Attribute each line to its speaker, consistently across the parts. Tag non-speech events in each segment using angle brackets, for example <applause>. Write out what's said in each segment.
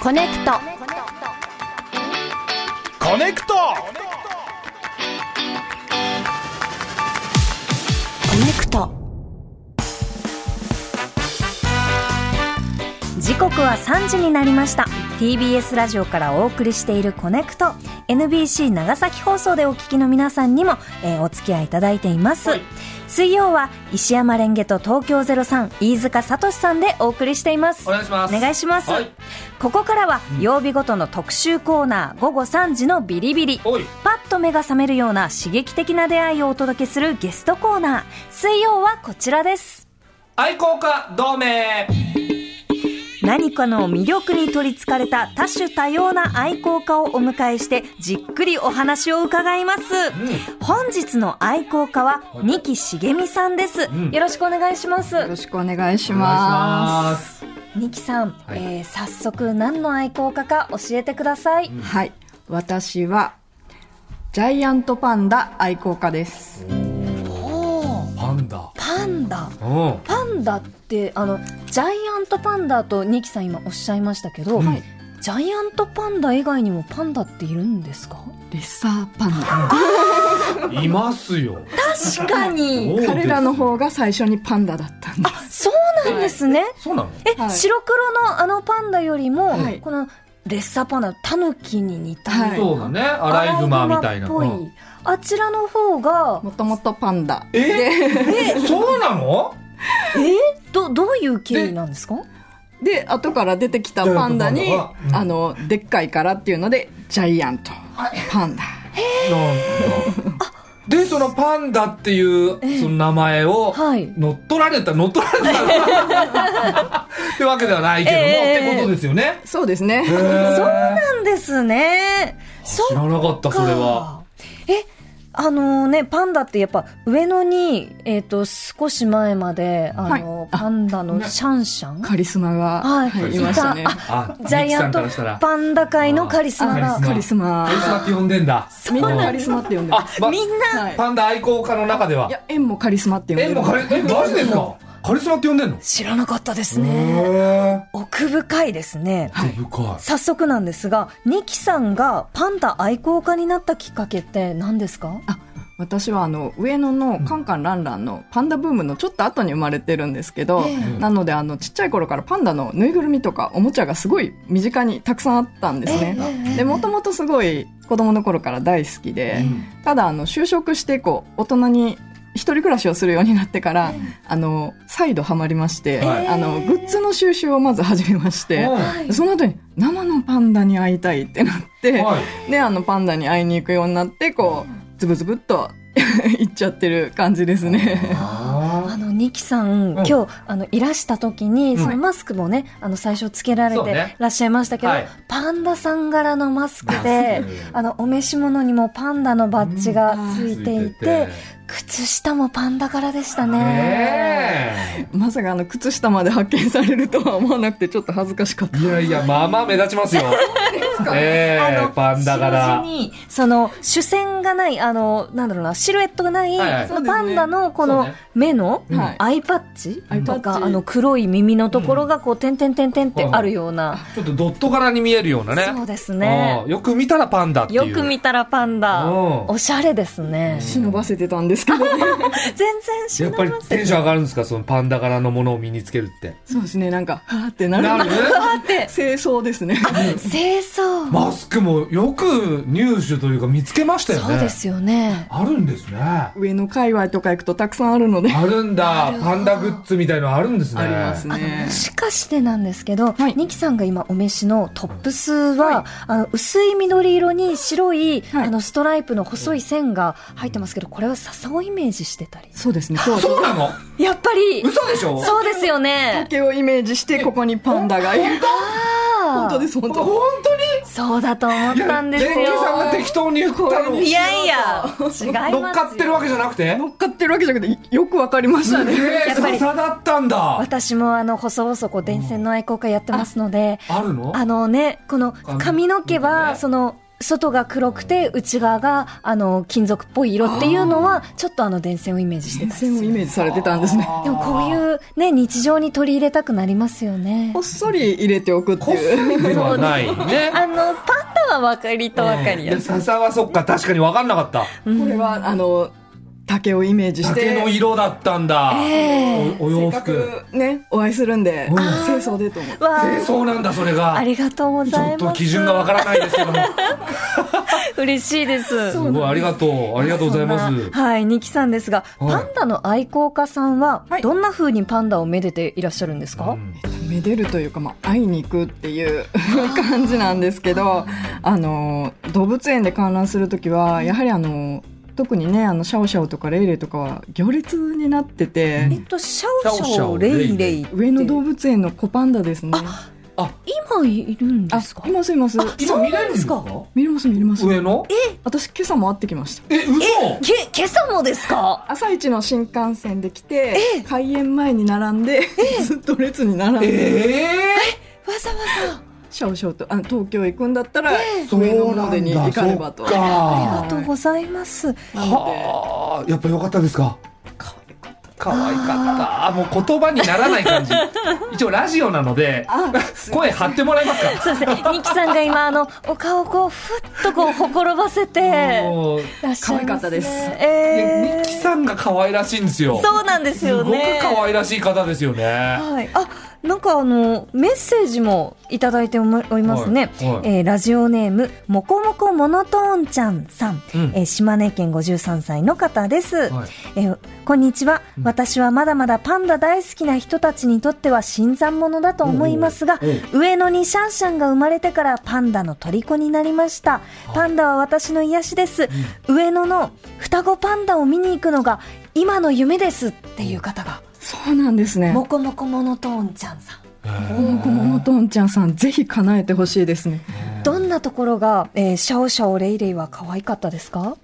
Speaker 1: コネクト
Speaker 2: コネクト
Speaker 1: コネクト
Speaker 3: 時刻は3時になりました TBS ラジオからお送りしている「コネクト」NBC 長崎放送でお聞きの皆さんにも、えーお付き合いいただいています、水曜は石山レンゲと東京03飯塚聡さんでお送りしています
Speaker 4: お願いします
Speaker 3: お願いします、
Speaker 4: はい
Speaker 3: ここからは曜日ごとの特集コーナー午後3時のビリビリ
Speaker 4: おい
Speaker 3: パッと目が覚めるような刺激的な出会いをお届けするゲストコーナー水曜はこちらです
Speaker 4: 愛好家同盟
Speaker 3: 何かの魅力に取りつかれた多種多様な愛好家をお迎えしてじっくりお話を伺います、本日の愛好家は二木茂美さんです、よろしくお願いしま
Speaker 5: よ
Speaker 3: す
Speaker 5: ろしくお願いします。
Speaker 4: す
Speaker 3: 二木さん、
Speaker 4: い
Speaker 3: えー早速何の愛好家か教えてください、
Speaker 5: はい。私は、ジャイアントパンダ愛好家です。
Speaker 3: おー
Speaker 4: パンダ
Speaker 3: パンダ
Speaker 4: うん
Speaker 3: パンダってあのジャイアントパンダと二木さん今おっしゃいましたけど、ジャイアントパンダ以外にもパンダっているんですか
Speaker 5: レッサーパンダ。
Speaker 4: いますよ
Speaker 3: 確かに
Speaker 4: そうです
Speaker 5: 彼らの方が最初にパンダだったんで
Speaker 3: <laughs>
Speaker 5: す。
Speaker 3: そうなんですね。
Speaker 4: そうなの
Speaker 3: え、
Speaker 5: はい
Speaker 3: 白黒のあのパンダよりも、
Speaker 5: はい
Speaker 3: このレッサーパンダ、タヌキに似た、
Speaker 5: はい
Speaker 4: そうだねアライグマみたいな
Speaker 3: アライグマっぽい、
Speaker 4: うん
Speaker 3: あちらの方が、
Speaker 5: もともとパンダ。
Speaker 4: えそうなの
Speaker 3: ど、どういう経緯なんですか
Speaker 5: で、後から出てきたパンダ
Speaker 4: ジャ
Speaker 5: に
Speaker 4: イアントパンダはうん、
Speaker 5: あの、でっかいからっていうので、ジャイアント、パ
Speaker 4: なん
Speaker 5: ンダ。
Speaker 4: だでそのパンダっていうその名前を
Speaker 3: はい
Speaker 4: 乗っ取られた乗っ取られたってわけではないけども、
Speaker 3: ええ
Speaker 4: ってことですよね、
Speaker 5: そうですね。
Speaker 4: そう
Speaker 3: そうなんですね。そ
Speaker 4: 知らなかったそれは。
Speaker 3: え、あのね、パンダってやっぱ上野に、えっ、と、少し前まで、あの、
Speaker 5: はいあ
Speaker 3: パンダのシャンシャン、
Speaker 5: カリスマが、
Speaker 3: はい
Speaker 5: はいいましたね
Speaker 3: い。た
Speaker 4: あ
Speaker 3: ジャイアント
Speaker 4: ミキさんからしたら
Speaker 3: パンダ界のカリスマが。
Speaker 4: あ
Speaker 5: カリスマ
Speaker 4: カリ。スマって呼んでんだ
Speaker 5: みんなカリスマって呼んでま
Speaker 4: あ
Speaker 5: す。、
Speaker 4: ま、
Speaker 3: みんな、
Speaker 5: はい。
Speaker 4: パンダ愛好家の中ではい
Speaker 5: や、縁もカリスマって呼んで
Speaker 4: えもうカリえマジですかカリスマって呼んでんの
Speaker 3: 知らなかったですね。
Speaker 4: へ
Speaker 3: 奥深いですね。
Speaker 4: え深い
Speaker 3: 早速なんですが、ニキさんがパンダ愛好家になったきっかけって何ですか
Speaker 5: 私はあの上野のカンカンランランのパンダブームのちょっと後に生まれてるんですけど、なのであのちっちゃい頃からパンダのぬいぐるみとかおもちゃがすごい身近にたくさんあったんですね。でもともとすごい子供の頃から大好きで、ただあの就職してこう大人に一人暮らしをするようになってから、あの再度ハマりまして、
Speaker 4: はい
Speaker 5: あのグッズの収集をまず始めまして、
Speaker 4: は
Speaker 5: その後に生のパンダに会いたいってなって、
Speaker 4: はい
Speaker 5: であのパンダに会いに行くようになってこうズブズブっと <laughs> 行っちゃってる感じですね。
Speaker 3: あの、ニキさん、
Speaker 4: うん
Speaker 3: 今日、あの、いらした時に、
Speaker 4: ん
Speaker 3: そのマスクもね、あの、最初つけられ
Speaker 4: そう
Speaker 3: て
Speaker 4: ね
Speaker 3: らっしゃいましたけど、
Speaker 4: はい
Speaker 3: パンダさん柄のマスクで
Speaker 4: マス、ク
Speaker 3: あの、お召し物にもパンダのバッジがついてい
Speaker 4: ついて
Speaker 3: て
Speaker 4: て、
Speaker 3: 靴下もパンダ柄でしたね。
Speaker 4: ね
Speaker 5: まさかあの靴下まで発見されるとは思わなくてちょっと恥ずかしかった
Speaker 4: えいやいやまあまあ目立
Speaker 3: <laughs>
Speaker 4: ちますよえ
Speaker 3: あ
Speaker 4: え
Speaker 3: の
Speaker 4: パンダ柄
Speaker 3: 白地にその主線がないあのなんだろうなシルエットがない、
Speaker 4: はいはい
Speaker 3: そのパンダのこ
Speaker 4: そう
Speaker 3: の
Speaker 4: ね
Speaker 3: 目の
Speaker 5: うんはい
Speaker 3: アイパッチ
Speaker 5: アイパッ
Speaker 3: と
Speaker 5: チ
Speaker 3: か、あの黒い耳のところがこう点々点々ってあるような、
Speaker 4: ちょっとドット柄に見えるようなね
Speaker 3: そうですね
Speaker 4: うんよく見たらパンダっていう
Speaker 3: よく見たらパンダ
Speaker 4: うん
Speaker 3: おしゃれですね
Speaker 5: 忍ばせてたんですけど、ね、
Speaker 3: 全然し
Speaker 4: やっ
Speaker 3: な
Speaker 4: ぱ
Speaker 3: い
Speaker 4: りテンション上がるんですかそのパンダ柄のものを身につけるって
Speaker 5: そうですねなんかはーってなる
Speaker 4: なる
Speaker 3: って
Speaker 5: 清掃ですね
Speaker 3: 清掃、
Speaker 4: マスクもよく入手というか見つけましたよね
Speaker 3: そうですよね
Speaker 4: あるんですねあ
Speaker 5: 上の界隈とか行くとたくさんあるので
Speaker 4: るんだパンダグッズみたいのあるんですね
Speaker 5: ありますね
Speaker 3: もしかしてなんですけど、
Speaker 5: はい
Speaker 3: ニキさんが今お召しのトップスは、あの薄い緑色に白い、
Speaker 5: はい
Speaker 3: あのストライプの細い線が入ってますけど、これは笹をイメージしてたり。
Speaker 5: そうですね今日
Speaker 4: そうなの
Speaker 3: やっぱり
Speaker 4: 嘘でしょ
Speaker 3: そうですよね
Speaker 5: 竹をイメージしてここにパンダがいる本当です本
Speaker 4: 本
Speaker 5: 当
Speaker 4: 当に
Speaker 3: そうだと思ったんですよ。
Speaker 4: 元気さんが適当に言ったの
Speaker 3: いやいや、違いますよ。
Speaker 4: 乗っかってるわけじゃなくて
Speaker 5: 乗っかってるわけじゃなくてよくわかりましたね
Speaker 4: え
Speaker 3: や
Speaker 4: え
Speaker 3: っぱり
Speaker 4: 笹だったんだ
Speaker 3: 私もあの、細々こう、電線の愛好家やってますので、
Speaker 4: あるの
Speaker 3: あのね、この髪の毛
Speaker 4: 髪の毛
Speaker 3: は、
Speaker 4: ね
Speaker 3: その、外が黒くて内側があの金属っぽい色っていうのはちょっとあの電線をイメージして
Speaker 5: 電
Speaker 3: たりする
Speaker 5: 線をイメージされてたんですね
Speaker 3: でもこういうね日常に取り入れたくなりますよね
Speaker 5: こっそり入れておくって
Speaker 4: こっそ
Speaker 5: いう
Speaker 4: りではないね。
Speaker 3: あのパンダは分かりと分かりやすい、
Speaker 4: 笹はそっか、確かに分かんなかった。
Speaker 3: うん
Speaker 5: これはあの竹をイメージして
Speaker 4: 竹の色だったんだ。
Speaker 3: ええ
Speaker 4: おお洋
Speaker 5: せっか
Speaker 4: 服。
Speaker 5: くねお会いするんで
Speaker 4: うん
Speaker 5: 清掃でと思って
Speaker 3: わ
Speaker 4: えー
Speaker 3: あ
Speaker 4: そうなんだ、それが。
Speaker 3: ありがとうご
Speaker 4: ち
Speaker 3: ざ
Speaker 4: ょ
Speaker 3: い
Speaker 4: っと
Speaker 3: ます
Speaker 4: 基準がわからないです <laughs> けども。
Speaker 3: 嬉しいです
Speaker 4: すごい、ありがとう。ありがとうございま
Speaker 3: そん
Speaker 4: す
Speaker 3: な。はい、ニキさんですが、
Speaker 4: はい
Speaker 3: パンダの愛好家さんは
Speaker 5: は、い
Speaker 3: どんな風にパンダをめでていらっしゃるんですか、
Speaker 4: うん
Speaker 5: めでるというか、まあ、会いに行くっていう感じなんですけどあの動物園で観覧する時はやはりあの特にねあのシャオシャオとかレイレイとかは行列になってて
Speaker 3: えっと、シャオシャオ、レイレイ。
Speaker 5: 上野動物園の子パンダですね
Speaker 3: 今いるんで
Speaker 5: あ
Speaker 3: すか
Speaker 5: いますいます
Speaker 3: あ
Speaker 4: 今見れるんです
Speaker 3: そ
Speaker 4: か
Speaker 3: うな
Speaker 5: 見れます見れます
Speaker 4: 上の
Speaker 5: 私今朝も会ってきました
Speaker 4: え、嘘
Speaker 3: け、今朝もですか
Speaker 5: 朝一の新幹線で来て開園前に並んで <laughs> ずっと列に並んで
Speaker 4: え
Speaker 3: わざわざ。
Speaker 5: シャオシャオとあの東京行くんだったら
Speaker 4: え
Speaker 5: 上野までに行かねばと
Speaker 4: そうなん
Speaker 3: あ
Speaker 4: だ
Speaker 3: りがとうございます。
Speaker 4: そっかはあ、やっぱ良かったですか可愛かった。もう言葉にならない感じ。一応ラジオなので、声張ってもらえますか
Speaker 3: そうですね。ニキさんが今、あの、お顔をこう、ふっとこう、ほころばせて、
Speaker 4: もう
Speaker 3: らっしゃいます、ね。
Speaker 5: 可愛かったです
Speaker 4: ね
Speaker 3: え
Speaker 4: ミ
Speaker 3: ー。
Speaker 4: キさんが可愛らしいんですよ。
Speaker 3: そうなんですよね。
Speaker 4: すごく可愛らしい方ですよね。
Speaker 3: はい、あなんかあのメッセージもいただいておもおりますね、
Speaker 4: はいはい
Speaker 3: えーラジオネームもこもこモノトーンちゃんさん、
Speaker 4: うん
Speaker 3: えー島根県53歳の方です、
Speaker 4: はい
Speaker 3: えーこんにちは、
Speaker 4: うん
Speaker 3: 私はまだまだパンダ大好きな人たちにとっては新参者だと思いますが
Speaker 4: おうおう
Speaker 3: 上野にシャンシャンが生まれてからパンダの虜になりましたパンダは私の癒しです、上野の双子パンダを見に行くのが今の夢ですっていう方が
Speaker 5: そうなんですね
Speaker 3: もこもこモノトーンちゃんさん
Speaker 5: この子ももとんちゃんさん、ぜひ叶えてほしいですね。
Speaker 3: どんなところが、えーシャオシャオレイレイは可愛かったですか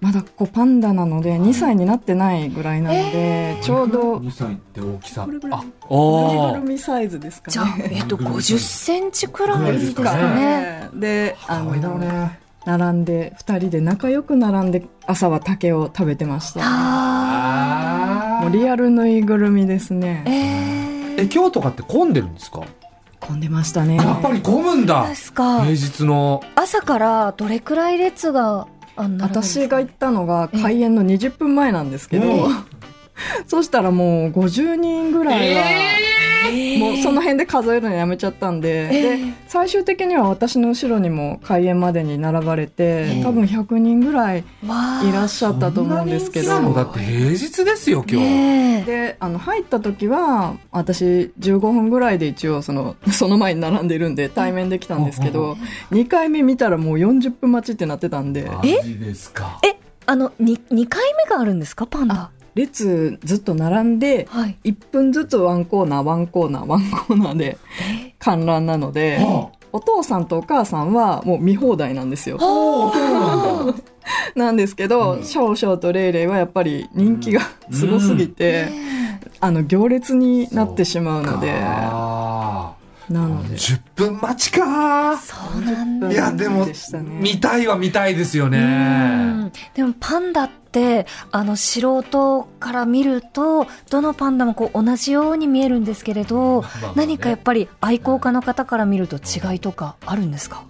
Speaker 5: まだこうパンダなので、2歳になってないぐらいなので、ちょうど、
Speaker 4: 2歳って大きさ
Speaker 5: これぐらい
Speaker 4: あ
Speaker 5: ぬいぐ
Speaker 4: お
Speaker 5: るみサイズですか
Speaker 3: じゃあ
Speaker 5: ね。、
Speaker 3: えっと、50センチくらいです
Speaker 4: ぐらい
Speaker 3: かね。
Speaker 5: ねで、あ
Speaker 4: 可愛いだろう
Speaker 5: の、
Speaker 4: ね
Speaker 5: 並んで、2人で仲良く並んで、朝は竹を食べてました。
Speaker 3: あ
Speaker 4: あ
Speaker 5: もうリアルぬいぐるみです
Speaker 3: ー
Speaker 5: ね。
Speaker 3: え
Speaker 4: え
Speaker 3: ー、
Speaker 4: 今日とかって混んでるんですか
Speaker 5: 混んでましたね。
Speaker 4: やっぱり混むんだ
Speaker 3: ですか
Speaker 4: 平。日の
Speaker 3: 朝からどれくらい列が、あんなるんです
Speaker 5: 私
Speaker 3: か
Speaker 5: が行ったのが開園の20分前なんですけど、
Speaker 4: え
Speaker 5: <laughs> そしたらもう50人ぐらいは、もうその辺で数えるのやめちゃったんで,、
Speaker 3: え
Speaker 5: で
Speaker 3: ー
Speaker 5: 最終的には私の後ろにも開園までに並ばれて、
Speaker 4: えー
Speaker 5: 多分100人ぐらいい
Speaker 3: わー
Speaker 5: らっしゃったと思うんですけ
Speaker 4: そな人気なの
Speaker 5: ど
Speaker 4: だって平日ですよ今日
Speaker 3: ねえ
Speaker 5: であの入った時は私15分ぐらいで一応その <laughs> その前に並んでるんで対面できたんですけど、2回目見たらもう40分待ちってなってたんで
Speaker 4: マジですか
Speaker 3: え、あの、に、2回目があるんですかパンダ。
Speaker 5: 列ずっと並んで
Speaker 3: はい。
Speaker 5: 1分ずつワンコーナーワンコーナーワンコーナーで観覧なので。
Speaker 4: あ
Speaker 5: お父さんとお母さんはもう見放題なんですよ。
Speaker 4: おーそうなんだ
Speaker 5: なんですけど、
Speaker 4: うん
Speaker 5: シャオシャオとレイレイはやっぱり人気が
Speaker 4: うん
Speaker 5: すごすぎて、
Speaker 3: ねえ
Speaker 5: あの行列になってしまうので、な
Speaker 4: あ
Speaker 5: ので
Speaker 4: ー10分待ちか
Speaker 3: そうなんだ
Speaker 4: いやでも
Speaker 5: でしたね
Speaker 4: 見たいは見たいですよ
Speaker 3: う
Speaker 4: ね
Speaker 3: んでもパンダってあの素人から見るとどのパンダもこう同じように見えるんですけれど
Speaker 4: まあまあね
Speaker 3: 何かやっぱり愛好家の方から見ると違いとかあるんですか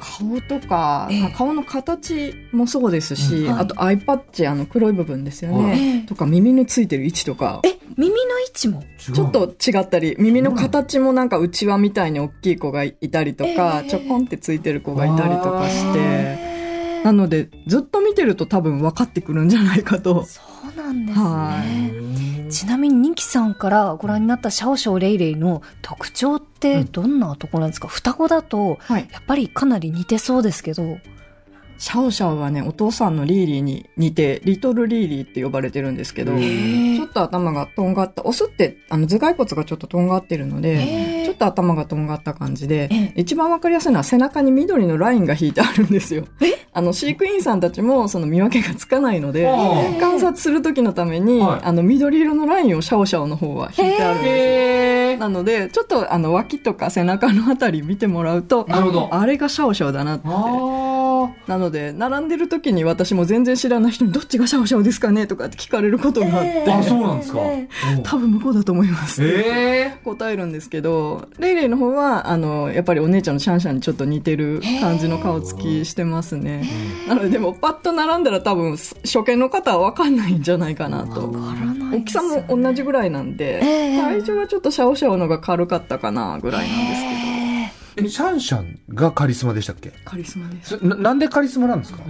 Speaker 5: 顔とか、
Speaker 3: ええ
Speaker 5: まあ顔の形もそうですし、
Speaker 4: うん
Speaker 3: はい
Speaker 5: あとアイパッチあの黒い部分ですよ
Speaker 4: は
Speaker 5: ね、
Speaker 3: ええ
Speaker 5: とか耳のついてる位置とか。
Speaker 3: え耳の位置も
Speaker 4: ち
Speaker 5: ちょっと違ったり耳の形もなんかうちわみたいに大きい子がいたりとか、
Speaker 3: ええ
Speaker 5: ちょこんってついてる子がいたりとかして
Speaker 3: え
Speaker 5: なのでずっと見てると多分分かってくるんじゃないか
Speaker 3: <laughs>
Speaker 5: と
Speaker 3: そうなんです
Speaker 5: は
Speaker 3: ねちなみにニキさんからご覧になったシャオシャオレイレイの特徴ってどんなところなんですか、双子だと
Speaker 5: はい
Speaker 3: やっぱりかなり似てそうですけど
Speaker 5: シャオシャオはねお父さんのリーリーに似てリトルリーリーって呼ばれてるんですけど
Speaker 4: へ
Speaker 5: ち
Speaker 4: ー
Speaker 5: ょっと頭がとんがったオスってあの頭蓋骨がちょっととんがってるので
Speaker 3: え
Speaker 5: ちょっと頭がとんがった感じで
Speaker 3: え
Speaker 5: 一番わかりやすいのは背中に緑のラインが引いてあるんですよあの飼育員さんたちもその見分けがつかないので
Speaker 4: あ
Speaker 3: ー
Speaker 5: 観察する時のために
Speaker 4: はい
Speaker 5: あの緑色のラインをシャオシャオの方は引いてあるんですよ
Speaker 4: へー
Speaker 5: なので、ちょっとあの脇とか背中のあたり見てもらうと、
Speaker 4: なるほど
Speaker 5: ああれがシャオシャオだなって。
Speaker 4: あー
Speaker 5: なので並んでる時に私も全然知らない人にどっちがシャオシャオですかねとかって聞かれることがあって、
Speaker 4: あそうなんですか、
Speaker 3: え
Speaker 5: 多分向こうだと思います、
Speaker 4: え
Speaker 5: 答えるんですけどレイレイの方はあのやっぱりお姉ちゃんのシャンシャンにちょっと似てる感じの顔つきしてますね、なのででもパッと並んだら多分初見の方は分かんないんじゃないかなと大きさも同じぐらいなんで、
Speaker 3: ええ
Speaker 5: 体重はちょっとシャオシャオのが軽かったかなぐらいなんですけど、
Speaker 4: えシャンシャンがカリスマでしたっけ
Speaker 5: カリスマです
Speaker 4: そななんでカリスマなんですか、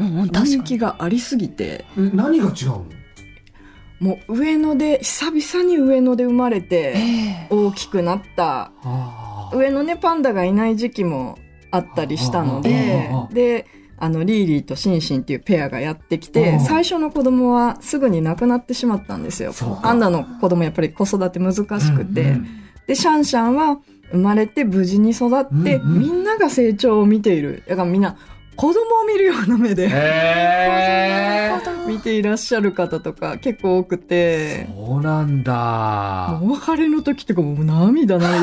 Speaker 5: 人気がありすぎて
Speaker 4: え何が違うの
Speaker 5: もう上野で久々に上野で生まれて大きくなった
Speaker 4: あー
Speaker 5: 上のねパンダがいない時期もあったりしたので
Speaker 4: ああああああ
Speaker 5: であのリーリーとシンシンっていうペアがやって
Speaker 4: あ
Speaker 5: き
Speaker 4: あ
Speaker 5: て最初の子供はすぐに亡くなってしまったんですよ
Speaker 4: そうか
Speaker 5: パンダの子供やっぱり子育て難しくて、
Speaker 4: うん
Speaker 5: でシャンシャンは生まれて無事に育って、
Speaker 4: うんうん
Speaker 5: みんなが成長を見ているだからみんな子供を見るような目で
Speaker 4: へえ
Speaker 5: 見ていらっしゃる方とか結構多くて
Speaker 4: そうなんだ
Speaker 5: もうお別れの時とかもう涙涙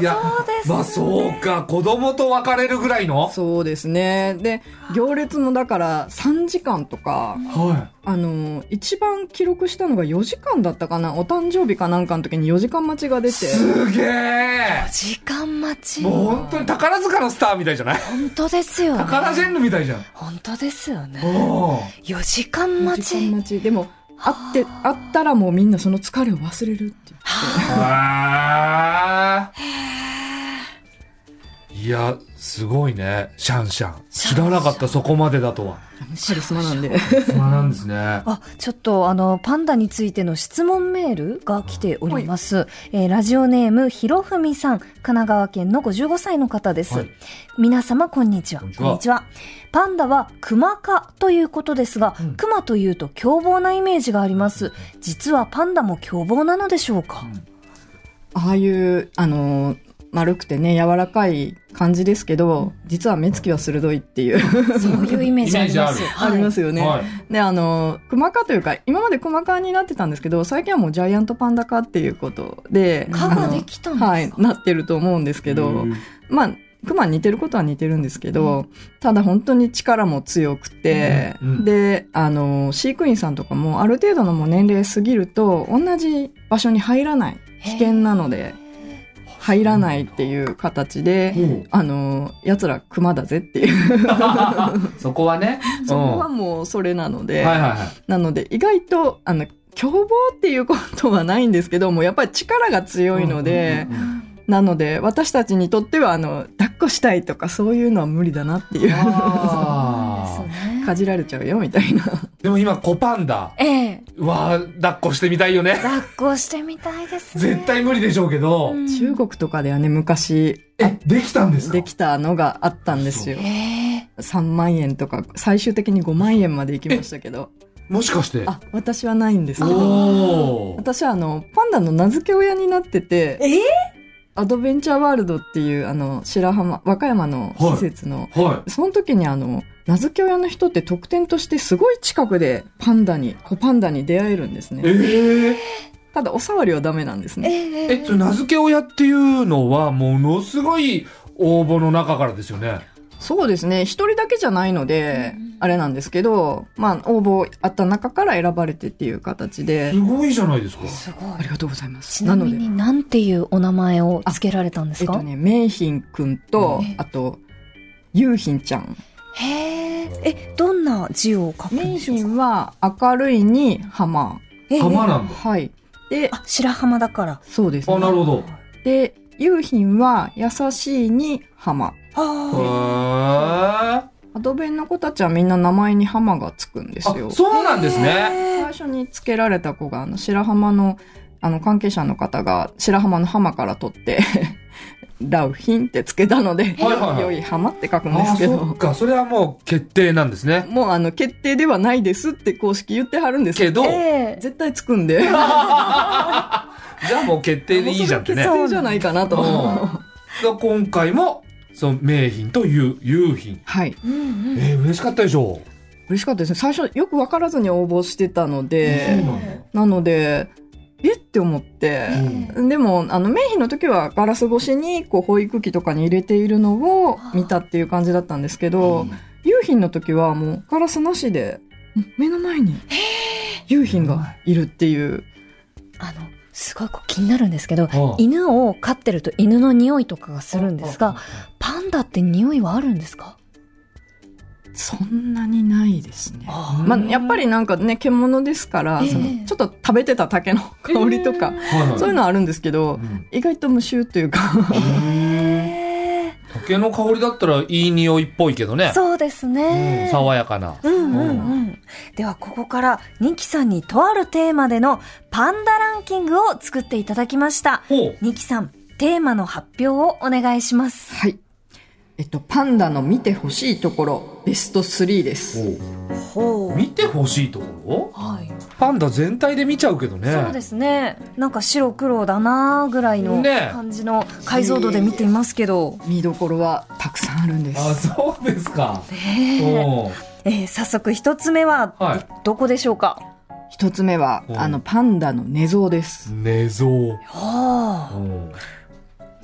Speaker 4: いや
Speaker 3: そうですね
Speaker 4: まあそうか子供と別れるぐらい <laughs> の
Speaker 5: そうですねで行列もだから3時間とか
Speaker 4: は
Speaker 5: あの一番記録したのが4時間だったかなお誕生日かなんかの時に4時間待ちが出
Speaker 4: い
Speaker 5: て
Speaker 4: すげえ
Speaker 3: 時間待ち
Speaker 4: もう本当に宝塚のスターみたいじゃない
Speaker 3: 本当ですよね
Speaker 4: 宝ジェンヌみたいじゃん
Speaker 3: 本当ですよね
Speaker 4: おー
Speaker 3: 4時間
Speaker 5: 4
Speaker 3: 待
Speaker 5: 時間
Speaker 3: ち
Speaker 5: 待ちでも会って会ったらもうみんなその疲れを忘れるっていう
Speaker 4: あーいやすごいねシャンシャン知らなかったそこまでだとは
Speaker 5: カリスマなんで
Speaker 4: そうなんですね
Speaker 3: あ、ちょっとあの、パンダについての質問メールが来ております。えーラジオネーム、ひろふみさん、神奈川県の55歳の方です。
Speaker 4: はい
Speaker 3: 皆様、こんにちは。
Speaker 4: こんにちは
Speaker 3: パンダは熊科ということですが、
Speaker 4: うん
Speaker 3: 熊というと凶暴なイメージがあります。実はパンダも凶暴なのでしょうか、
Speaker 5: ああいう、あのー丸くてね、柔らかい感じですけど、実は目つきは鋭いっていう、
Speaker 3: そういうイメージあります。
Speaker 4: イメージ
Speaker 5: あります
Speaker 3: よ。
Speaker 5: よね。
Speaker 4: はい
Speaker 5: で、あのー、熊科というか、今まで熊科になってたんですけど、最近はもうジャイアントパンダ科っていうことで、
Speaker 3: 科
Speaker 5: あ
Speaker 3: が
Speaker 5: の
Speaker 3: できたんですか、
Speaker 5: はい、なってると思うんですけど、まあ、熊に似てることは似てるんですけど、ただ本当に力も強くて、
Speaker 4: うんうん
Speaker 5: で、あのー、飼育員さんとかもある程度のもう年齢過ぎると、同じ場所に入らない。危険なので、入らないっていう形で、
Speaker 4: ほ
Speaker 5: あの、奴ら熊だぜっていう。
Speaker 4: うそこはねうん
Speaker 5: そこはもうそれなので、
Speaker 4: はいはいはい
Speaker 5: なので意外と、あの、凶暴っていうことはないんですけども、やっぱり力が強いので、
Speaker 4: うんうんうん
Speaker 5: なので私たちにとっては、あの、抱っこしたいとかそういうのは無理だなっていう。
Speaker 4: あ
Speaker 3: そう
Speaker 4: ー
Speaker 3: ね
Speaker 5: かじられちゃうよみたいな。
Speaker 4: でも今子パンダ
Speaker 3: ええ
Speaker 4: は抱っこしてみたいよね
Speaker 3: 抱っこしてみたいですね。
Speaker 4: 絶対無理でしょうけど
Speaker 3: うん
Speaker 5: 中国とかではね、昔
Speaker 4: えできたんですか
Speaker 5: できたのがあったんですよ。
Speaker 3: ええ
Speaker 5: 3万円とか、最終的に5万円まで行きましたけど。
Speaker 4: もしかして
Speaker 5: あ、私はないんですけど。
Speaker 4: おー
Speaker 5: 私はあの、パンダの名付け親になってて、
Speaker 3: え
Speaker 5: アドベンチャーワールドっていう、あの、白浜、和歌山の施設の、
Speaker 4: は
Speaker 5: その時にあの、名付け親の人って特典としてすごい近くでパンダに、子パンダに出会えるんです
Speaker 4: いえ
Speaker 5: ね。
Speaker 4: ー
Speaker 5: ただお触りはダメなんですね。
Speaker 3: ええ
Speaker 4: えその名付け親っていうのはものすごい応募の中からですよね。
Speaker 5: そうですね。一人だけじゃないので
Speaker 3: うんうん、
Speaker 5: あれなんですけど、まあ、応募あった中から選ばれてっていう形です
Speaker 4: ごいじゃないですか
Speaker 3: すご
Speaker 5: あり
Speaker 3: い。
Speaker 5: がとうございます。
Speaker 3: ちなみ
Speaker 5: ので
Speaker 3: に、なんていうお名前をつけられたんです
Speaker 5: えっ
Speaker 3: か、
Speaker 5: とね、メイヒンくんと
Speaker 3: え、
Speaker 5: あと、ユーヒンちゃん。
Speaker 3: へえ。え、どんな字を書くん
Speaker 5: メイ
Speaker 3: です
Speaker 5: ヒ
Speaker 3: か
Speaker 5: ンは明るいに浜。
Speaker 3: ええ
Speaker 4: 浜なんだ
Speaker 5: はい。で、
Speaker 3: あ、白浜だから。
Speaker 5: そうです、
Speaker 4: あなるほど
Speaker 5: で、ユーヒンは優しいに浜。
Speaker 3: あ
Speaker 4: へ
Speaker 5: アドベンの子たちはみんな名前に浜がつくんです
Speaker 4: ー
Speaker 5: よ
Speaker 4: あ。
Speaker 5: 最
Speaker 4: そうなんですね
Speaker 3: ね。
Speaker 5: 初につけられた子が、あの、白浜の、あの、関係者の方が、白浜の浜から取って、 <laughs> ラウヒンってつけたので、
Speaker 4: はいはいはい
Speaker 5: 良い浜って書くんで
Speaker 4: あ
Speaker 5: すけ
Speaker 4: そっ
Speaker 5: ど、
Speaker 4: かそれはもう決定なんですね
Speaker 5: もうあの、決定ではないですって公式言ってはるんです
Speaker 4: け
Speaker 5: けど、
Speaker 4: ど、
Speaker 3: ええ
Speaker 5: 絶対つくんで。
Speaker 4: じゃあもう決定でいいじゃんってね
Speaker 5: そうじゃないかなと。
Speaker 4: うんだから今回もその名品という有品
Speaker 5: はい。
Speaker 3: うんうん。
Speaker 4: えー、嬉しかったでしょ
Speaker 5: 嬉しかったですね。最初よく分からずに応募してたの
Speaker 4: そう
Speaker 5: で、
Speaker 4: なんだ
Speaker 5: なので、えって思って。
Speaker 4: うん
Speaker 5: でも、あの、メイヒの時はガラス越しに、こう、保育器とかに入れているのを見たっていう感じだったんですけど、夕品の時はもうガラスなしで目の前に夕品がいるっていう
Speaker 3: あのすごいこう気になるんですけど犬を飼ってると犬の匂いとかがするんですがパンダって匂いはあるんですか
Speaker 5: そんなにないですね。あまあ、やっぱりなんかね、獣ですから、えー、そのちょっと食べてた竹の香りとか、えー、そういうのはあるんですけど、えー、意外と無臭というか
Speaker 4: 竹の香りだったらいい匂いっぽいけどね。
Speaker 3: そうですね。
Speaker 4: うん、爽やかな。
Speaker 3: うんうんうん。うん、では、ここから、ニキさんにとあるテーマでのパンダランキングを作っていただきました。ニキさん、テーマの発表をお願いします。
Speaker 5: はい。えっと、パンダの見てほしいところベスト3です
Speaker 4: 見てほしいところ、はい、パンダ全体で見ちゃうけどね
Speaker 3: そうですねなんか白黒だなぐらいの感じの解像度で見ていますけど、
Speaker 5: ね、見どころはたくさんあるんです
Speaker 4: あそうですか、
Speaker 3: ねえー、早速一つ目は、はい、どこでしょうか
Speaker 5: 一つ目はあのパンダの寝相です
Speaker 4: 寝相
Speaker 3: はあ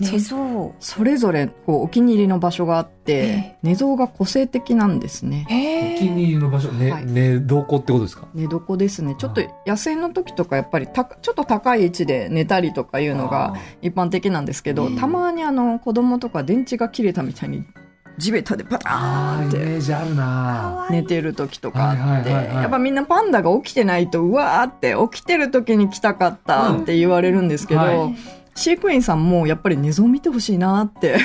Speaker 3: 寝相
Speaker 5: それぞれこうお気に入りの場所があって、えー、寝相が個性的なんですね、
Speaker 4: えー、お気に入りの場所、ねはい、寝床ってことですか
Speaker 5: 寝床ですねちょっと野生の時とかやっぱりたちょっと高い位置で寝たりとかいうのが一般的なんですけど、えー、たまにあの子供とか電池が切れたみたいに地べたでパターンって寝てる時とかあってやっぱみんなパンダが起きてないとうわーって起きてる時に来たかったって言われるんですけど、うんはい飼育員さんもやっぱり寝相見てほしいなって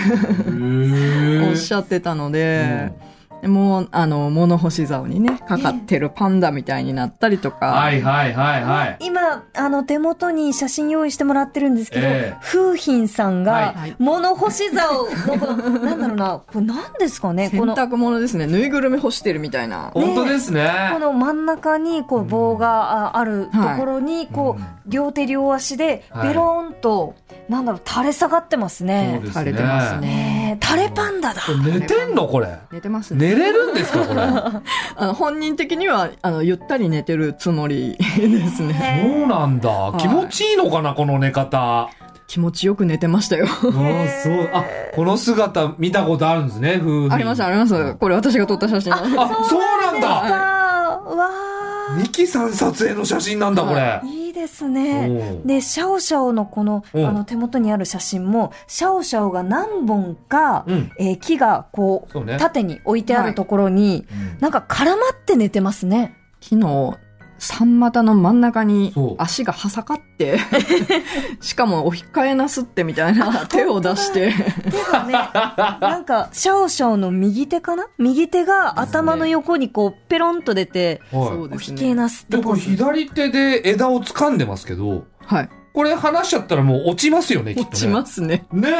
Speaker 5: おっしゃってたので、うん、もうあの物干し竿にねかかってるパンダみたいになったりとか、
Speaker 4: はいはいはいはい
Speaker 3: 今あの手元に写真用意してもらってるんですけど、えー、風浜さんが物干し竿の、なんだろうなこれ何ですかね
Speaker 5: 洗濯物ですねぬいぐるみ干してるみたいな、ね、
Speaker 4: 本当ですね
Speaker 3: この真ん中にこう棒があるところに、こう、はい、両手両足でベロンと、なんだろう、垂れ下がってますね。
Speaker 5: すね垂れてますね。
Speaker 3: 垂れパンダだ。
Speaker 4: 寝てんのこれ。
Speaker 5: 寝てますね。
Speaker 4: 寝れるんですかこれ。
Speaker 5: <laughs> あの、本人的には、あの、ゆったり寝てるつもりですね。
Speaker 4: そうなんだ。はい、気持ちいいのかなこの寝方。。
Speaker 5: 気持ちよく寝てましたよ。あ、そう
Speaker 4: あ、この姿見たことあるんですね、
Speaker 5: あります、あります。これ私が撮った写真あ、
Speaker 4: そうなんだ、
Speaker 3: はい、わ
Speaker 4: ー。ミキさん撮影の写真なんだ、これ。
Speaker 3: ですね。で、シャオシャオのこの、あの、手元にある写真も、シャオシャオが何本か、うん、えー、木がこう、ね、縦に置いてあるところに、はい、なんか絡まって寝てますね。
Speaker 5: 木の三股の真ん中に足がはさかって <laughs> しかもお控えなすってみたいな <laughs> 手を出して
Speaker 3: 手がね、なんか、シャオシャオの右手かな右手が頭の横にこう、ペロンと出て、お控えなすって。
Speaker 4: で、これ左手で枝を掴んでますけど、
Speaker 5: はい。
Speaker 4: これ離しちゃったらもう落ちますよね、きっと、ね、
Speaker 5: 落ちますね。
Speaker 4: ねえ。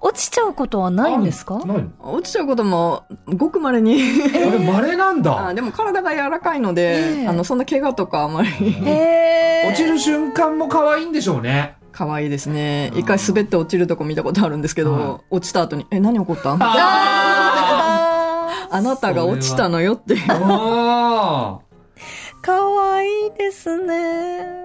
Speaker 3: 落ちちゃうことはないんですか
Speaker 5: 落ちちゃうこともごくまれに
Speaker 4: あれまれなんだ
Speaker 5: あでも体が柔らかいので、えー、あのそんな怪我とかあまり、
Speaker 3: え
Speaker 4: ー、落ちる瞬間も可愛いんでしょうね
Speaker 5: 可愛いですね一回滑って落ちるとこ見たことあるんですけど、落ちた後に「え何起こった?」あなたが落ちたのよ」っていう
Speaker 4: 可
Speaker 3: 愛いですね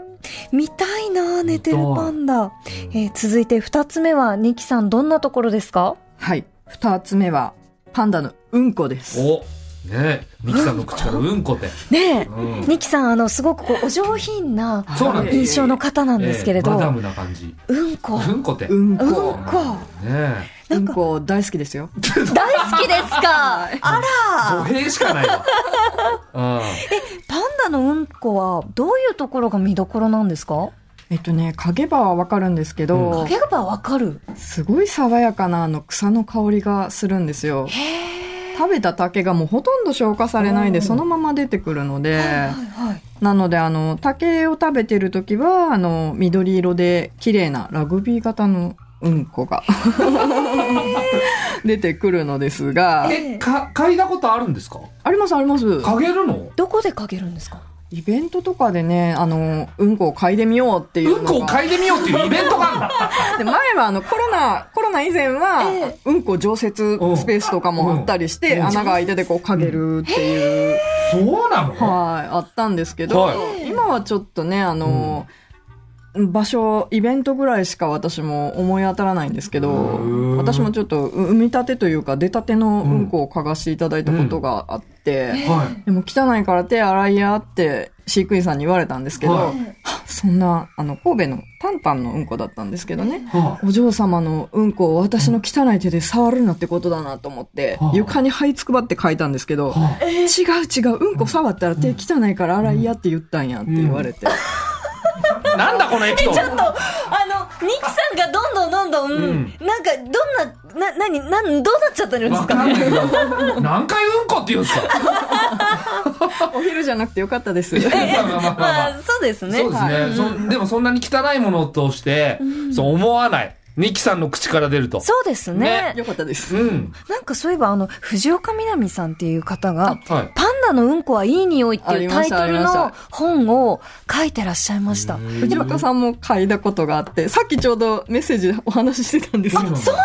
Speaker 3: 見たいな寝てるパンダ。えー、続いて二つ目は、ニキさんどんなところですか
Speaker 5: はい。二つ目は、パンダのうんこです。
Speaker 4: おねニキさんの口からうんこって。
Speaker 3: ねえ、ニキさん、あの、すごくこう、お上品な印象の方なんですけれど。マ
Speaker 4: ダムな感じ。
Speaker 3: うんこ。
Speaker 4: うんこって。
Speaker 5: うんこ。うん
Speaker 3: こ。
Speaker 4: ね
Speaker 5: うんこ大好きですよ。
Speaker 3: 大好きです <laughs> かあら
Speaker 4: 語弊しかない
Speaker 3: え、
Speaker 4: わ。
Speaker 3: パンダのうんこはどういうところが見どころなんですか
Speaker 5: えっとね、影場はわかるんですけど、
Speaker 3: 影場わかる
Speaker 5: すごい爽やかなあの草の香りがするんですよ。食べた竹がもうほとんど消化されないでそのまま出てくるので、なのであの竹を食べてる時はあの緑色で綺麗なラグビー型のうん
Speaker 4: <laughs>
Speaker 5: こが出てくるのですが。
Speaker 4: え、か、嗅いだことあるんですか
Speaker 5: ありますあります。
Speaker 4: 嗅げるの
Speaker 3: どこで嗅げるんですか
Speaker 5: イベントとかでね、あの、うんこを嗅いでみようっていう
Speaker 4: うんこを嗅いでみようっていうイベントがあ
Speaker 5: るの前はあの、コロナ、コロナ以前は、えー、うんこ常設スペースとかもあったりして、穴が開いててこう嗅げるっていう。
Speaker 4: そうなの
Speaker 5: はい、あったんですけど、はい、今はちょっとね、あの、うん場所、イベントぐらいしか私も思い当たらないんですけ
Speaker 4: うん
Speaker 5: ど、私もちょっと生み立てというか出たてのうんこを嗅がしていただいたことがあって、
Speaker 4: はい。
Speaker 5: でも汚いから手洗いやって飼育員さんに言われたんですけど、
Speaker 4: は
Speaker 5: そんな、あの、神戸のタンタンのうんこだったんですけどね。
Speaker 4: は
Speaker 5: お嬢様のうんこを私の汚い手で触るなってことだなと思って
Speaker 4: は、あ
Speaker 5: 床に這いつくばって書いたんですけど、
Speaker 4: は
Speaker 5: 違う違う、うんこ触ったら手汚いから洗いやって言ったんやって言われて。
Speaker 4: なんだこのエピソー
Speaker 1: ちょっ
Speaker 4: ド
Speaker 1: と、あの、ニキさんがどんどんどんどん、
Speaker 4: うん
Speaker 1: なんか、どんな、な、なに、なん、どうなっちゃってるんで
Speaker 4: わ
Speaker 1: す
Speaker 4: か
Speaker 1: か
Speaker 3: <laughs>
Speaker 4: んないけど、何回うんこって言うんですか
Speaker 5: <laughs> お昼じゃなくてよかったで
Speaker 4: <laughs>
Speaker 5: す。
Speaker 4: まあまあまあま
Speaker 1: ま
Speaker 4: あ
Speaker 1: あ、そうですね。
Speaker 4: そうですね、
Speaker 1: はい
Speaker 4: そでもそんなに汚いものとして、そう思わない。ニキさんの口から出ると。
Speaker 3: そうですね
Speaker 4: ね
Speaker 5: <laughs> よかったです。
Speaker 4: うん。
Speaker 3: なんかそういえばあの藤岡みなみさんっていう方が
Speaker 4: はい。
Speaker 3: パンダのうんこはいい匂いって
Speaker 5: あ
Speaker 3: い
Speaker 5: り
Speaker 3: うタ
Speaker 5: ま
Speaker 3: イ
Speaker 5: した
Speaker 3: トル
Speaker 5: あり
Speaker 3: の
Speaker 5: ま
Speaker 3: 本を書いてらっしゃいました。
Speaker 5: 藤岡さんも嗅いだことがあって、さっきちょうどメッセージでお話ししてたんです
Speaker 4: あ
Speaker 5: よ。
Speaker 3: そうなんで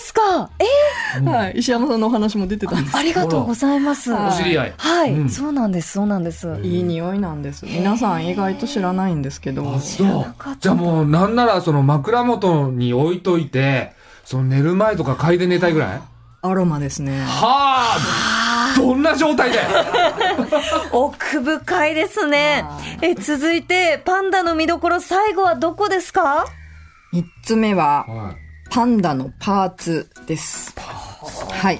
Speaker 3: すか。え
Speaker 5: <laughs> はい。石山さんのお話も出てたんです。
Speaker 3: ありがとうございます。
Speaker 5: ほ
Speaker 4: お
Speaker 5: ら
Speaker 4: 知り合い。
Speaker 3: はい、
Speaker 4: うん
Speaker 3: そうなんです、そうなんです。
Speaker 5: いい匂いなんです。皆さん意外と知らないんですけど。
Speaker 4: あ、そう
Speaker 3: かった。
Speaker 4: じゃあもう、なんならその枕元に置いといて、その寝る前とか嗅いで寝たいぐらいは
Speaker 5: アロマですね。
Speaker 4: あどんな状態で
Speaker 3: 奥深いですね
Speaker 5: は。
Speaker 3: え、続いて、パンダの見どころ、最後はどこですか
Speaker 5: 三つ目は、
Speaker 4: は
Speaker 5: パンダのパーツです。はい。
Speaker 4: い。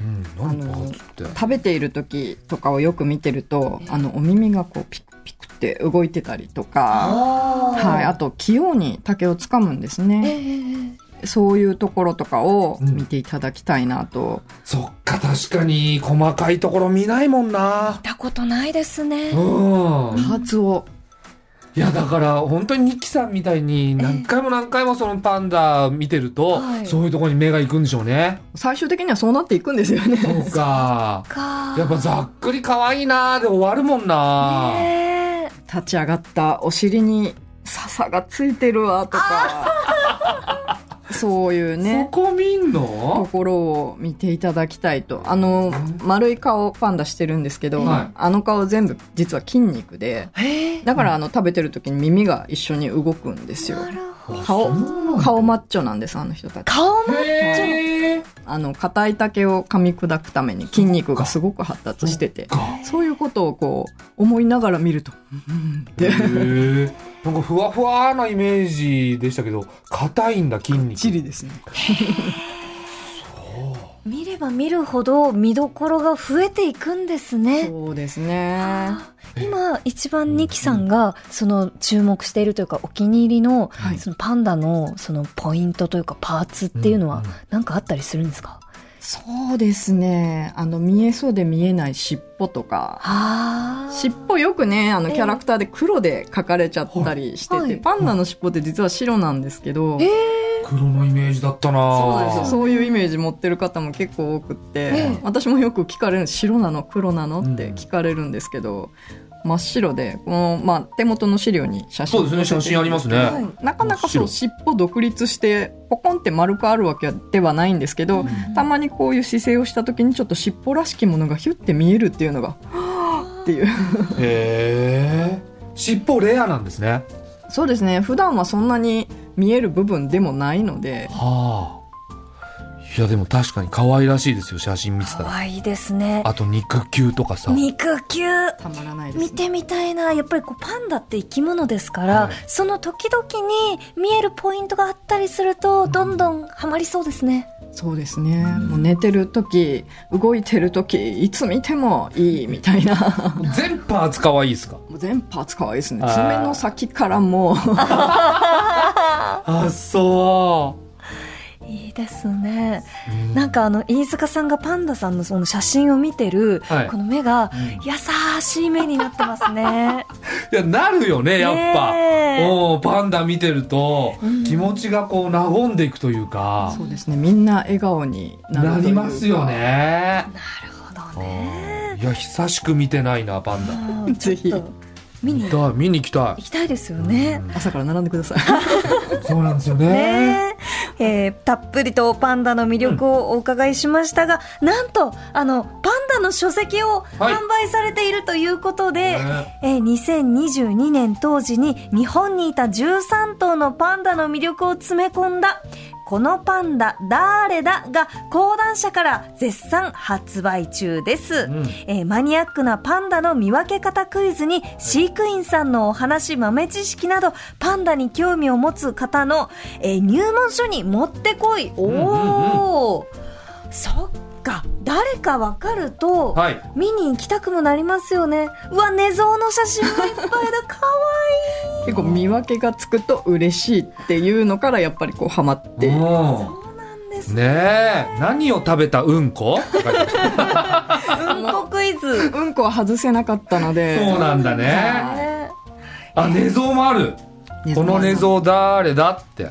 Speaker 4: うん、なんだこいつって。
Speaker 5: 食べている時とかをよく見てると、あの、お耳がこう、ピクピクって動いてたりとか、はい。あと、器用に竹を掴むんですね。そういうところとかを見ていただきたいなと。
Speaker 4: そっか、確かに、細かいところ見ないもんな
Speaker 3: 見。たことないですね。
Speaker 4: うん。
Speaker 5: パーツを、
Speaker 4: いやだから本当にニッキさんみたいに何回も何回もそのパンダ見てると、
Speaker 3: はい
Speaker 4: そういうところに目が行くんでしょうね。
Speaker 5: 最終的にはそうなっていくんですよね。
Speaker 4: そうか。
Speaker 3: か
Speaker 4: やっぱざっくり可愛いなーで終わるもんなー、
Speaker 3: ねえ
Speaker 5: 立ち上がったお尻に笹がついてるわとか、そういうね
Speaker 4: そ。こ見ん
Speaker 5: と
Speaker 4: の
Speaker 5: ころを見ていただきたいとあの丸い顔パンダしてるんですけど、
Speaker 4: はい
Speaker 5: あの顔全部実は筋肉でだからあの食べてる時に耳が一緒に動くんですよ顔顔マッチョなんですあの人たち
Speaker 3: 顔も、
Speaker 4: へー
Speaker 5: あの硬い竹を噛み砕くために筋肉がすごく発達してて
Speaker 4: か。
Speaker 5: そういうことをこう思いながら見るとうんって
Speaker 4: へえ。なんかふわふわなイメージでしたけど、硬いんだ筋
Speaker 5: チ
Speaker 4: 肉。
Speaker 5: リですね
Speaker 3: 見れば見るほど見どころが増えていくんですね。
Speaker 5: そうですね
Speaker 3: 今、一番ニキさんが、その、注目しているというか、お気に入りの、
Speaker 5: はい
Speaker 3: そのパンダの、その、ポイントというか、パーツっていうのは、なんかあったりするんですか
Speaker 5: そうですねあの見えそうで見えない尻尾とか
Speaker 3: あ
Speaker 5: 尻尾よくねあの
Speaker 3: ええ
Speaker 5: キャラクターで黒で描かれちゃったりしてて、
Speaker 3: はい
Speaker 5: パンダの尻尾って実は白なんですけど、
Speaker 4: 黒のイメージだったなー
Speaker 5: そうなんですよそういうイメージ持ってる方も結構多くって、
Speaker 4: え
Speaker 5: 私もよく聞かれる白なの黒なの
Speaker 4: うん
Speaker 5: って聞かれるんですけど、真っ白でこの、まあ、手元の資料に写真
Speaker 4: そうですね、写真ありますね。
Speaker 3: はい
Speaker 5: なかな
Speaker 4: 真っ
Speaker 5: かそ
Speaker 4: 白
Speaker 5: う尻尾独立してポコンって丸くあるわけではないんですけど、たまにこういう姿勢をした時にちょっと尻尾らしきものがヒュッて見えるっていうのがはぁっていう
Speaker 4: へ
Speaker 5: <laughs>
Speaker 4: え。尻尾レアなんですね。
Speaker 5: そうですね普段はそんなに見える部分でもないので
Speaker 4: はあ。いや、でも確かに可愛らしいですよ、写真見てた
Speaker 3: 可
Speaker 4: ら。
Speaker 3: 愛いですね。
Speaker 4: あと肉球とかさ。
Speaker 3: 肉球
Speaker 5: たまらないです、
Speaker 3: 見
Speaker 5: ね、
Speaker 3: てみたいな。やっぱりこうパンダって生き物ですから、
Speaker 4: はい
Speaker 3: その時々に見えるポイントがあったりすると、どんどんハマりそうですね。
Speaker 5: そうですねもう寝てる時動いてる時いつ見てもいいみたいな
Speaker 4: 全パーツ可愛いですか
Speaker 5: もう全パーツ可愛いですね
Speaker 4: あー
Speaker 5: 爪の先からもう
Speaker 4: あ、そ
Speaker 3: いいですね。
Speaker 4: う。うん
Speaker 3: なんかあの、飯塚さんがパンダさんのその写真を見てる、
Speaker 4: はい
Speaker 3: この目が
Speaker 4: うん、
Speaker 3: 優しい目になってますね。
Speaker 4: いや、なるよ <laughs> ね、やっぱ。
Speaker 3: ねえ
Speaker 4: おパンダ見てると、気持ちがこう、和んでいくというか、
Speaker 5: そうですねみんな笑顔になる
Speaker 4: な
Speaker 5: とい
Speaker 4: り
Speaker 5: うか
Speaker 4: ますよね。
Speaker 3: なるほど
Speaker 4: う
Speaker 3: ね。
Speaker 4: んいや、久しく見てないな、パンダ。
Speaker 3: うん
Speaker 5: ぜひ
Speaker 3: ちょっと見に
Speaker 4: 見たい、見に行きた
Speaker 3: 行きたいですよ
Speaker 4: い。
Speaker 3: ね。
Speaker 4: うん
Speaker 5: 朝から並んでください <laughs>
Speaker 4: そうなんですよね。
Speaker 3: ねええーたっぷりとパンダの魅力をお伺いしましたが、なんとあのパンダカの書籍を
Speaker 4: はい
Speaker 3: 販売されているということで、
Speaker 4: ね
Speaker 3: えー2022年当時に日本にいた13頭のパンダの魅力を詰め込んだ「このパンダ誰だ?」が講談社から絶賛発売中です、
Speaker 4: うん
Speaker 3: えーマニアックなパンダの見分け方クイズに飼育員さんのお話豆知識などパンダに興味を持つ方の、えー入門書にもってこいお
Speaker 4: ん
Speaker 3: おー、そっか誰か分かると、
Speaker 4: はい
Speaker 3: 見に行きたくもなりますよねうわ寝相の写真もいっぱ
Speaker 4: <laughs>
Speaker 3: いだかわ
Speaker 5: 結構見分けがつくと嬉しいっていうのからやっぱりこうハマって
Speaker 4: うん
Speaker 3: いいなんです
Speaker 4: ねえ何を食べたうんこって書いてあ <laughs> る
Speaker 1: うんこクイズ。
Speaker 5: うんこは外せなかったので
Speaker 4: そうなんだね
Speaker 3: ね
Speaker 4: あ寝相もあるこの寝相誰だって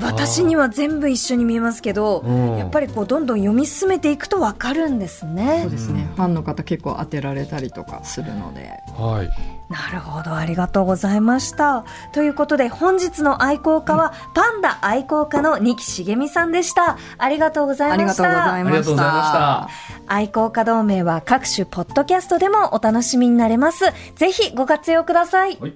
Speaker 3: 私には全部一緒に見えますけど、
Speaker 4: うん
Speaker 3: やっぱりこうどんどん読み進めていくとわかるんですね
Speaker 5: そうですねファンの方結構当てられたりとかするので
Speaker 4: はい
Speaker 3: なるほどありがとうございましたということで本日の愛好家はパンダ愛好家の二木茂美さんでしたありがとうござい
Speaker 5: あり
Speaker 3: ま
Speaker 5: が
Speaker 3: し
Speaker 5: とうござ
Speaker 3: た
Speaker 5: い
Speaker 4: あ
Speaker 5: ま
Speaker 4: りがとう
Speaker 5: し
Speaker 4: ございました
Speaker 5: た。
Speaker 3: 愛好家同盟は各種ポッドキャストでもお楽しみになれますぜひご活用ください
Speaker 4: はい